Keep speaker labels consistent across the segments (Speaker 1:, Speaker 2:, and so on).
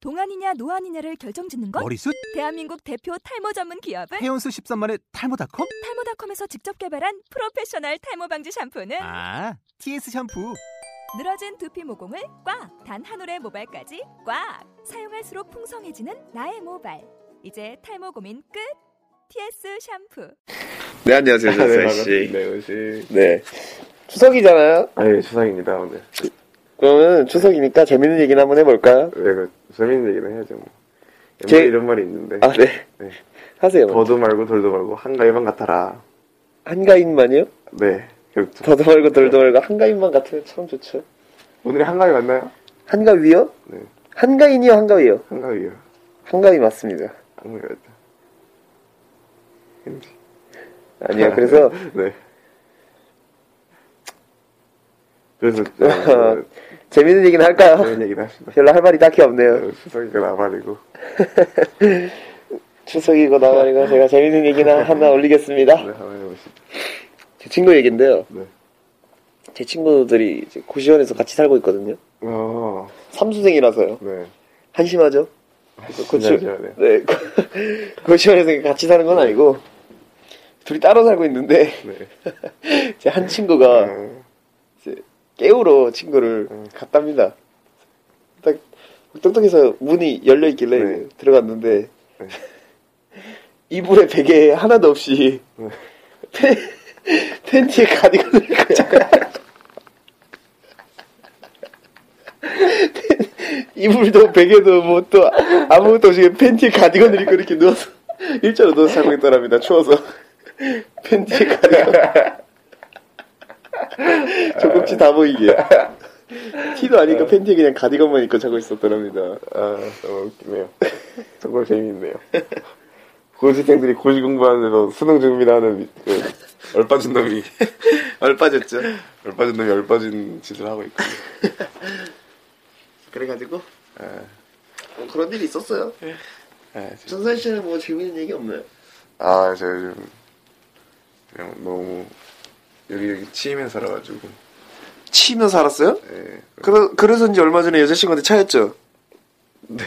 Speaker 1: 동안이냐 노안이냐를 결정짓는 건
Speaker 2: 머리숱?
Speaker 1: 대한민국 대표 탈모 전문 기업은
Speaker 2: 헤어스 13만의 탈모닷컴?
Speaker 1: 탈모닷컴에서 직접 개발한 프로페셔널 탈모 방지 샴푸는
Speaker 2: 아, TS 샴푸.
Speaker 1: 늘어진 두피 모공을 꽉 단 한 올의 모발까지 꽉 사용할수록 풍성해지는 나의 모발 이제 탈모 고민 끝 TS 샴푸
Speaker 3: 네 안녕하세요
Speaker 4: 아, 네,
Speaker 3: 조세이 씨.
Speaker 4: 반갑습니다, 요시.
Speaker 3: 네 추석이잖아요.
Speaker 4: 아, 예, 추석입니다, 오늘.
Speaker 3: 그러면 추석이니까 재밌는 얘기나 한번 해볼까요?
Speaker 4: 네, 그, 재밌는 얘기는 해야죠, 뭐. 옛날에
Speaker 3: 제-
Speaker 4: 이런 말이 있는데.
Speaker 3: 아 네.
Speaker 4: 네.
Speaker 3: 하세요.
Speaker 4: 더도 말고 덜도 말고 한가위만 같아라.
Speaker 3: 한가인만이요?
Speaker 4: 네, 그렇죠.
Speaker 3: 더도 말고 덜도 말고 한가인만 같으면 참 좋죠.
Speaker 4: 오늘이 한가위 맞나요?
Speaker 3: 한가위요?
Speaker 4: 네,
Speaker 3: 한가인이요 한가위요?
Speaker 4: 한가위요.
Speaker 3: 한가위 맞습니다.
Speaker 4: 한가위 맞다.
Speaker 3: 아니요 그래서
Speaker 4: 네. 그래서,
Speaker 3: 어,
Speaker 4: 어,
Speaker 3: 재밌는 얘기는 할까요?
Speaker 4: 그런 얘기를 합시다.
Speaker 3: 별로 할 말이 딱히 없네요.
Speaker 4: 어, 추석이가 나발이고.
Speaker 3: 추석이고 나발이고 제가 재밌는 얘기나 하나
Speaker 4: 네,
Speaker 3: 올리겠습니다.
Speaker 4: 한번 해보시죠.
Speaker 3: 제 친구 얘긴데요.
Speaker 4: 네.
Speaker 3: 제 친구들이 이제 고시원에서 같이 살고 있거든요.
Speaker 4: 어,
Speaker 3: 삼수생이라서요.
Speaker 4: 네.
Speaker 3: 한심하죠? 그, 고치,
Speaker 4: 진짜 네.
Speaker 3: 네, 고시원에서 같이 사는 건 아니고 둘이 따로 살고 있는데
Speaker 4: 네.
Speaker 3: 제 한 친구가
Speaker 4: 어,
Speaker 3: 깨우러 친구를
Speaker 4: 음.
Speaker 3: 갔답니다. 딱 똑똑해서 문이 열려 있길래
Speaker 4: 네.
Speaker 3: 들어갔는데
Speaker 4: 네.
Speaker 3: 이불에 베개 하나도 없이
Speaker 4: 네.
Speaker 3: 팬, 팬티에 가디건을 입고 잠깐 팬- 이불도 베개도 뭐 또 아무것도 없이 팬티에 가디건을 입고 이렇게 누워서 일자로 누워서 자고 있더랍니다. 추워서 팬티에 가디건 조금씩 다 보이게 티도 아니까 팬티에 그냥 가디건만 입고 자고 있었더랍니다.
Speaker 4: 어. 아, 너무 웃기네요. 정말 재미있네요. 고시생들이 고시 공부하면서 수능 준비를 하는 그 얼빠진 놈이
Speaker 3: 얼빠졌죠.
Speaker 4: 얼빠진 놈이 얼빠진 짓을 하고 있고
Speaker 3: 그래가지고 뭐 그런 일이 있었어요.
Speaker 4: 아, 진짜.
Speaker 3: 전선 씨는 뭐 재밌는 얘기 없나요?
Speaker 4: 아, 제가 요즘 그냥 너무 여기 여기 치이면 살아가지고
Speaker 3: 치면서 알았어요?
Speaker 4: 예.
Speaker 3: 그래, 그래서인지 얼마 전에 여자친구한테 차였죠.
Speaker 4: 네.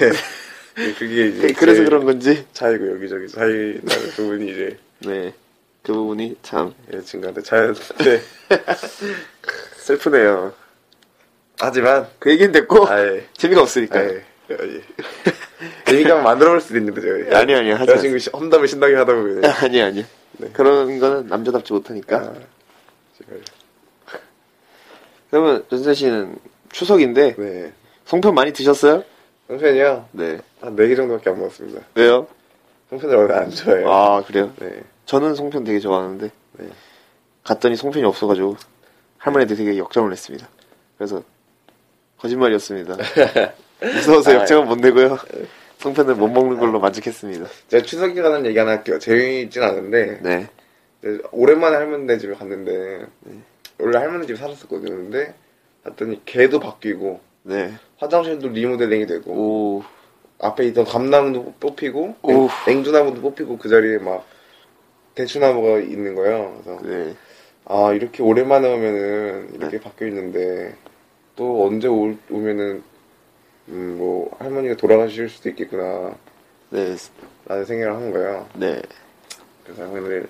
Speaker 4: 네, 그게 이제
Speaker 3: 네, 그래서
Speaker 4: 제
Speaker 3: 그런 건지.
Speaker 4: 차이고 여기저기 차이 나는 부분이 이제
Speaker 3: 네. 그 부분이 참.
Speaker 4: 여자친구한테 차였는데 예, 슬프네요. 하지만
Speaker 3: 그 얘기는 됐고,
Speaker 4: 아예
Speaker 3: 재미가 없으니까.
Speaker 4: 예. 예. 얘기가 만들어볼 수도 있는데 제가
Speaker 3: 아니요, 아니요, 하지
Speaker 4: 여자친구 시- 험담을 신나게 하다 보면
Speaker 3: 아니, 아니. 요
Speaker 4: 네.
Speaker 3: 그런 거는 남자답지 못하니까.
Speaker 4: 아, 제가
Speaker 3: 네. 그러면 전선 씨는 추석인데,
Speaker 4: 네
Speaker 3: 송편 많이 드셨어요?
Speaker 4: 형편이요
Speaker 3: 네.
Speaker 4: 한네 개 정도밖에 안 먹었습니다
Speaker 3: 왜요?
Speaker 4: 형편을 원래 안 좋아해요
Speaker 3: 아, 그래요?
Speaker 4: 네
Speaker 3: 저는 송편 되게 좋아하는데
Speaker 4: 네.
Speaker 3: 갔더니 송편이 없어가지고 할머니한테 되게 역정을 냈습니다. 그래서 거짓말이었습니다. 무서워서
Speaker 4: 아,
Speaker 3: 역정은 못 내고요. 송편을 못 먹는 걸로 만족했습니다.
Speaker 4: 제가 추석에 관한 얘기 하나 할게요 재미있진 않은데
Speaker 3: 네,
Speaker 4: 네, 오랜만에 할머니네 집에 갔는데 원래 할머니 집에 살았었거든요 근데 갔더니 개도 바뀌고
Speaker 3: 네,
Speaker 4: 화장실도 리모델링이 되고
Speaker 3: 오,
Speaker 4: 앞에 있던 감나무도 뽑히고
Speaker 3: 오.
Speaker 4: 냉, 주나무도 뽑히고 그 자리에 막 대추나무가 있는 거예요 그래서
Speaker 3: 네,
Speaker 4: 아 이렇게 오랜만에 오면은 이렇게 바뀌어 있는데 또 언제 올- 오면은 음, 뭐 할머니가 돌아가실 수도 있겠구나
Speaker 3: 네,
Speaker 4: 라는 생각을 한 거예요
Speaker 3: 네.
Speaker 4: 그래서 할머니를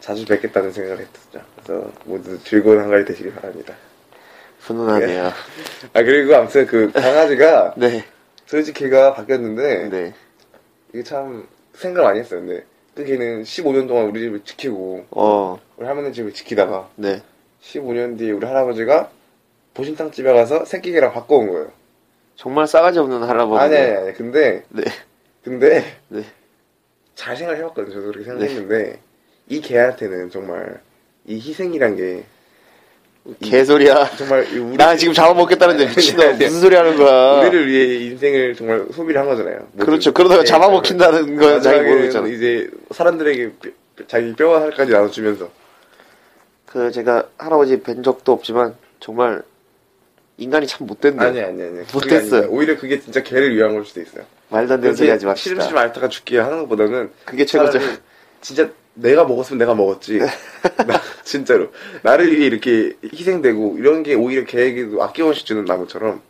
Speaker 4: 자주 뵙겠다는 생각을 했었죠 그래서 모두 즐거운 한가위 되시길 바랍니다
Speaker 3: 훈훈하네요.
Speaker 4: 아 그리고 아무튼 그 강아지가
Speaker 3: 네,
Speaker 4: 솔직히 걔가 바뀌었는데
Speaker 3: 네,
Speaker 4: 이게 참 생각 많이 했어요 근데 그 걔는 15년 동안 우리 집을 지키고
Speaker 3: 어,
Speaker 4: 우리 할머니 집을 지키다가
Speaker 3: 네,
Speaker 4: 15년 뒤에 우리 할아버지가 보신탕 집에 가서 새끼 개랑 바꿔온 거예요
Speaker 3: 정말 싸가지 없는 할아버지.
Speaker 4: 아니 아니 아니 근데
Speaker 3: 네,
Speaker 4: 근데
Speaker 3: 어, 네,
Speaker 4: 잘 생각을 해봤거든요 저도 그렇게 생각했는데 이 개한테는 정말 이 희생이란 게
Speaker 3: 개소리야.
Speaker 4: 정말 이 우리,
Speaker 3: 나 지금 잡아먹겠다는데
Speaker 4: 아니,
Speaker 3: 미친놈
Speaker 4: 아니.
Speaker 3: 무슨 소리 하는 거야?
Speaker 4: 네. 우리를 위해 인생을 정말 소비를 한 거잖아요 모두.
Speaker 3: 그렇죠. 그러다가
Speaker 4: 네,
Speaker 3: 잡아먹힌다는
Speaker 4: 그러니까
Speaker 3: 거야 자기
Speaker 4: 마지막에는
Speaker 3: 모르잖아.
Speaker 4: 이제 사람들에게 뼈- 뼈- 자기 뼈와 살까지 나눠주면서
Speaker 3: 그 제가 할아버지 뵌 적도 없지만 정말 인간이 참 못된다.
Speaker 4: 아니 아니 아니
Speaker 3: 못했어요.
Speaker 4: 오히려 그게 진짜 개를 위한 걸 수도 있어요
Speaker 3: 말도 안 되는 소리 하지 맙시다.
Speaker 4: 시름시름 앓다가 죽게 하는 것보다는
Speaker 3: 그게 최고죠.
Speaker 4: 차라리 진짜 내가 먹었으면 내가 먹었지.
Speaker 3: 네.
Speaker 4: 나, 진짜로 나를 위해 이렇게 희생되고 이런 게 오히려 걔에게도 아낌없이 주는 나무처럼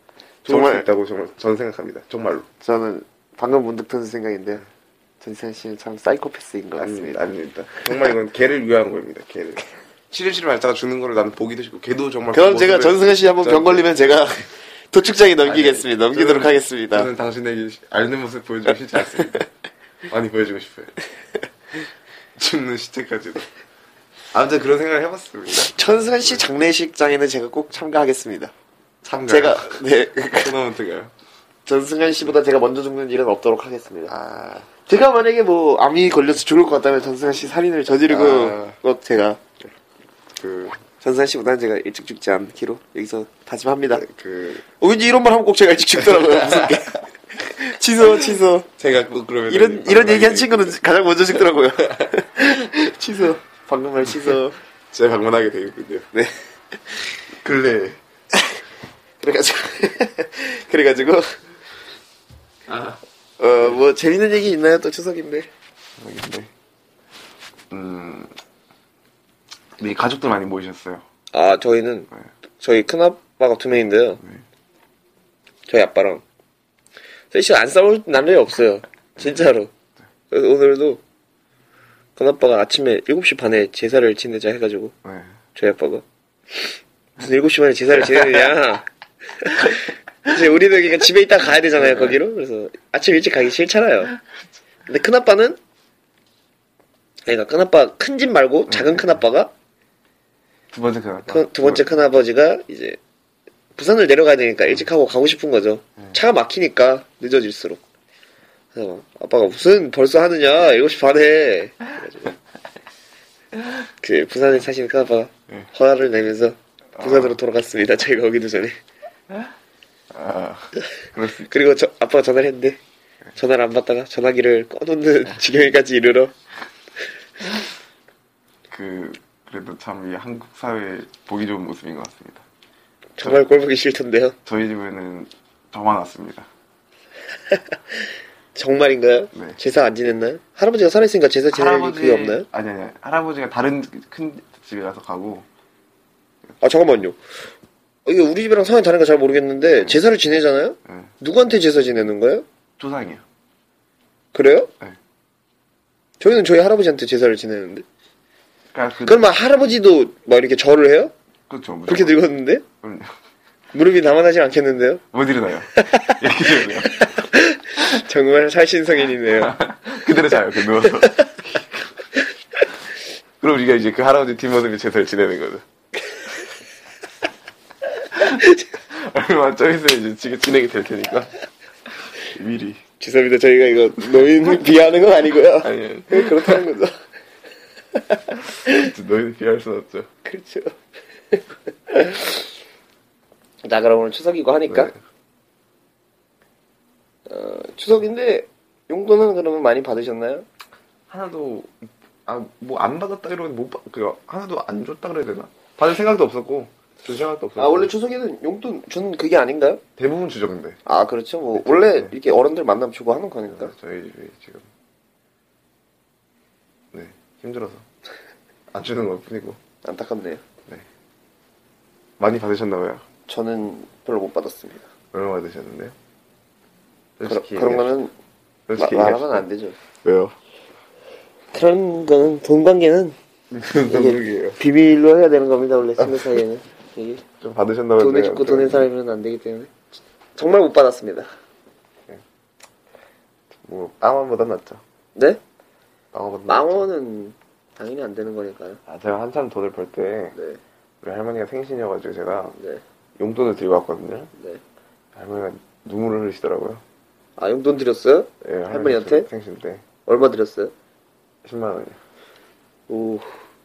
Speaker 4: 좋을
Speaker 5: 정말-
Speaker 4: 수 있다고 정말 전 생각합니다. 정말로.
Speaker 3: 저는 방금 문득 든 생각인데요. 전지현 씨는 참 사이코패스인 것
Speaker 4: 아닙니다.
Speaker 3: 같습니다.
Speaker 4: 아닙니다. 정말 이건 걔를 위한 겁니다. 걔를. 시름시름 앓다가 죽는 거를 나는 보기도 싫고 걔도 정말
Speaker 3: 그럼
Speaker 4: 그거를-
Speaker 3: 제가 전승현 씨 한번 병 걸리면 제가 도축장에 넘기겠습니다. 넘기도록
Speaker 4: 저는-
Speaker 3: 하겠습니다.
Speaker 4: 저는 당신에게 앓는 모습 보여주고 싶지 않습니다. 많이 보여주고 싶어요. 죽는 시체까지도. 아무튼 그런 생각을 해봤습니다.
Speaker 3: 전승현 씨 장례식장에는 제가 꼭 참가하겠습니다.
Speaker 4: 참가.
Speaker 3: 제가 네
Speaker 4: 토너먼트가요.
Speaker 3: 전승현 씨보다 제가 먼저 죽는 일은 없도록 하겠습니다.
Speaker 4: 아.
Speaker 3: 제가 만약에 뭐 암이 걸려서 죽을 것 같다면 전승현 씨 살인을 저지르고
Speaker 4: 아.
Speaker 3: 꼭 제가
Speaker 4: 그,
Speaker 3: 전승현 씨보다는 제가 일찍 죽지 않기로 여기서 다짐합니다.
Speaker 4: 그,
Speaker 3: 어, 왠지 이런 말 하면 꼭 제가 일찍 죽더라고요. 무섭게. 취소 취소.
Speaker 4: 제가 꼭 그러면.
Speaker 3: 이런 이런 얘기한 친구는 가장 먼저 죽더라고요. 취소. 방금 말 취소.
Speaker 4: 제가 방문하게 되겠군요.
Speaker 3: 네.
Speaker 4: 근래.
Speaker 3: 그래가지고 그래가지고 어 뭐 재밌는 얘기 있나요 또 추석인데
Speaker 4: 알겠네. 음. 네, 가족들 많이 모이셨어요.
Speaker 3: 아 저희는 저희 큰아빠가 두 명인데요 저희 아빠랑 셋이 안 싸울 날이 없어요 진짜로 그래서 오늘도 큰아빠가 아침에 7시 반에 제사를 지내자 해가지고
Speaker 4: 네.
Speaker 3: 저희 아빠가 무슨 7시 반에 제사를 지내느냐 이제 우리도 그러니까 집에 있다 가야 되잖아요 거기로 그래서 아침 일찍 가기 싫잖아요 근데 큰아빠는 그러니까 큰아빠 큰 집 말고 작은 큰아빠가
Speaker 4: 두 번째 그
Speaker 3: 큰- 두 번째 큰아버지가 이제 부산을 내려가야 되니까 일찍 하고 가고 싶은 거죠 차가 막히니까 늦어질수록 그래서 막 아빠가 무슨 벌써 하느냐 7시 반에 그래가지고 그 부산에 사시는 큰아빠가 화를 내면서 부산으로 예. 돌아갔습니다 저희가 오기도 전에
Speaker 4: 아, 그렇습니다.
Speaker 3: 그리고 저, 아빠가 전화를 했는데 전화를 안 받다가 전화기를 꺼놓는 지경에까지 이르러
Speaker 4: 그, 그래도 참 이 한국 사회에 보기 좋은 모습인 것 같습니다.
Speaker 3: 정말 꼴보기 싫던데요
Speaker 4: 저희 집에는 저만 왔습니다.
Speaker 3: 정말인가요?
Speaker 4: 네.
Speaker 3: 제사 안 지냈나요? 할아버지가 살아있으니까 제사 지낼 그게 없나요?
Speaker 4: 아니, 아니, 할아버지가 다른 큰 집에 가서 가고,
Speaker 3: 아 잠깐만요. 어, 이게 우리 집이랑 상황이 다른 거 잘 모르겠는데 제사를 지내잖아요.
Speaker 4: 네.
Speaker 3: 누구한테 제사 지내는 거예요?
Speaker 4: 조상이요.
Speaker 3: 그래요?
Speaker 4: 네.
Speaker 3: 저희는 저희 할아버지한테 제사를 지내는데.
Speaker 4: 그러니까 그,
Speaker 3: 그러면 할아버지도 막 이렇게 절을 해요?
Speaker 4: 그렇죠. 무조건.
Speaker 3: 그렇게 늙었는데
Speaker 4: 그럼요.
Speaker 3: 무릎이 남아나지 않겠는데요?
Speaker 4: 못 일어나요. 이렇게 되고요.
Speaker 3: 정말 살신성인이네요.
Speaker 4: 그대로 자요, 그 누워서. 그럼 우리가 이제 그 할아버지 뒷모습이 제사를 지내는 거죠. 얼마 좀 있으면 이제 지금 진행이 될 테니까. 미리.
Speaker 3: 죄송합니다. 저희가 이거 노인을 비하하는 건 아니고요.
Speaker 4: 아니,
Speaker 3: 그냥 그렇다는 거죠.
Speaker 4: 너희는 비할 순 없죠.
Speaker 3: 그렇죠. 나 그럼 오늘 추석이고 하니까
Speaker 4: 네.
Speaker 3: 어, 추석인데 용돈은 그러면 많이 받으셨나요?
Speaker 4: 하나도, 아, 뭐 안 받았다 이러면 못 받, 그, 하나도 안 줬다 그래야 되나? 받을 생각도 없었고, 줄 생각도 없었고.
Speaker 3: 아 원래 추석에는 용돈 주는 그게 아닌가요?
Speaker 4: 대부분 주죠, 근데.
Speaker 3: 아 그렇죠 뭐
Speaker 4: 네,
Speaker 3: 원래
Speaker 4: 네.
Speaker 3: 이렇게 어른들 만나면 주고 하는 거니까
Speaker 4: 저희 집이 지금. 네, 힘들어서. 안 주는 것 뿐이고.
Speaker 3: 안타깝네요
Speaker 4: 많이 받으셨나봐요.
Speaker 3: 저는 별로 못 받았습니다
Speaker 4: 얼마 받으셨는데요?
Speaker 3: 그러, 그런 거는 마,
Speaker 4: 솔직히
Speaker 3: 말하면 안 되죠
Speaker 4: 왜요?
Speaker 3: 그런 거는 돈 관계는
Speaker 4: 모르게요. 네,
Speaker 3: 비밀로 해야 되는 겁니다 원래 친구 사이에는 이게
Speaker 4: 좀 받으셨나봐요.
Speaker 3: 돈을 줍고 돈을 사면 안 되기 때문에 정말 못 받았습니다
Speaker 4: 뭐 빵원보단 낫죠.
Speaker 3: 네?
Speaker 4: 빵원보단.
Speaker 3: 망원은 당연히 안 되는 거니까요
Speaker 4: 아 제가 한참 돈을 벌 때
Speaker 3: 네
Speaker 4: 우리 할머니가 생신이어가지고 제가
Speaker 3: 네,
Speaker 4: 용돈을 드리고 왔거든요.
Speaker 3: 네.
Speaker 4: 할머니가 눈물을 흘리시더라고요.
Speaker 3: 아 용돈 드렸어요?
Speaker 4: 예, 할머니가
Speaker 3: 할머니한테?
Speaker 4: 저 생신 때
Speaker 3: 얼마 드렸어요?
Speaker 4: 10만 원이요.
Speaker 3: 오,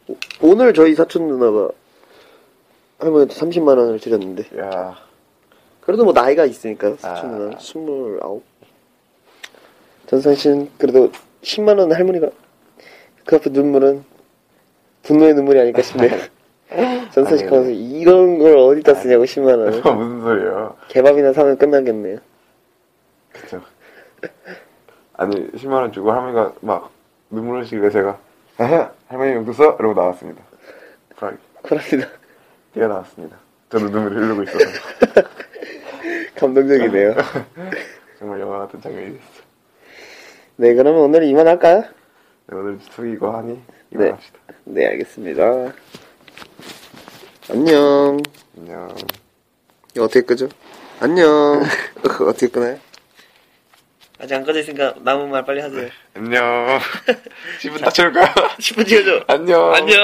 Speaker 3: 오- 오늘 저희 사촌 누나가 할머니한테 30만 원을 드렸는데
Speaker 4: 야,
Speaker 3: 그래도 뭐 나이가 있으니까
Speaker 4: 아.
Speaker 3: 사촌 누나 29 전상 씨는 그래도 10만 원 할머니가 그 앞에 눈물은 분노의 눈물이 아닐까 싶네요 전상 씨
Speaker 4: 아니,
Speaker 3: 가면서 이런 걸 어디다 쓰냐고 10만 원을
Speaker 4: 무슨 소리예요?
Speaker 3: 개밥이나 사면 끝나겠네요
Speaker 4: 그쵸. 아니 10만 원 주고 할머니가 막 눈물 흘리시길래 제가 에헤, 할머니 용돈 써 이러고 나왔습니다. 아, 쿨하게.
Speaker 3: 그럽니다
Speaker 4: 뛰어나왔습니다. 저도 눈물을 흘리고 있어서.
Speaker 3: 감동적이네요.
Speaker 4: 정말 영화 같은 장면이 됐어.
Speaker 3: 네, 그러면 오늘 이만 할까요?
Speaker 4: 네, 오늘 숙이고 하니
Speaker 3: 네.
Speaker 4: 이만합시다.
Speaker 3: 네, 알겠습니다. 안녕.
Speaker 4: 안녕.
Speaker 3: 이거 어떻게 끄죠? 안녕. 어떻게 끄나요? 아직 안 꺼졌으니까 남은 말 빨리 하세요.
Speaker 4: 안녕. 집은 다 채울까요?
Speaker 3: 10분 지어줘.
Speaker 4: 안녕.
Speaker 3: 안녕.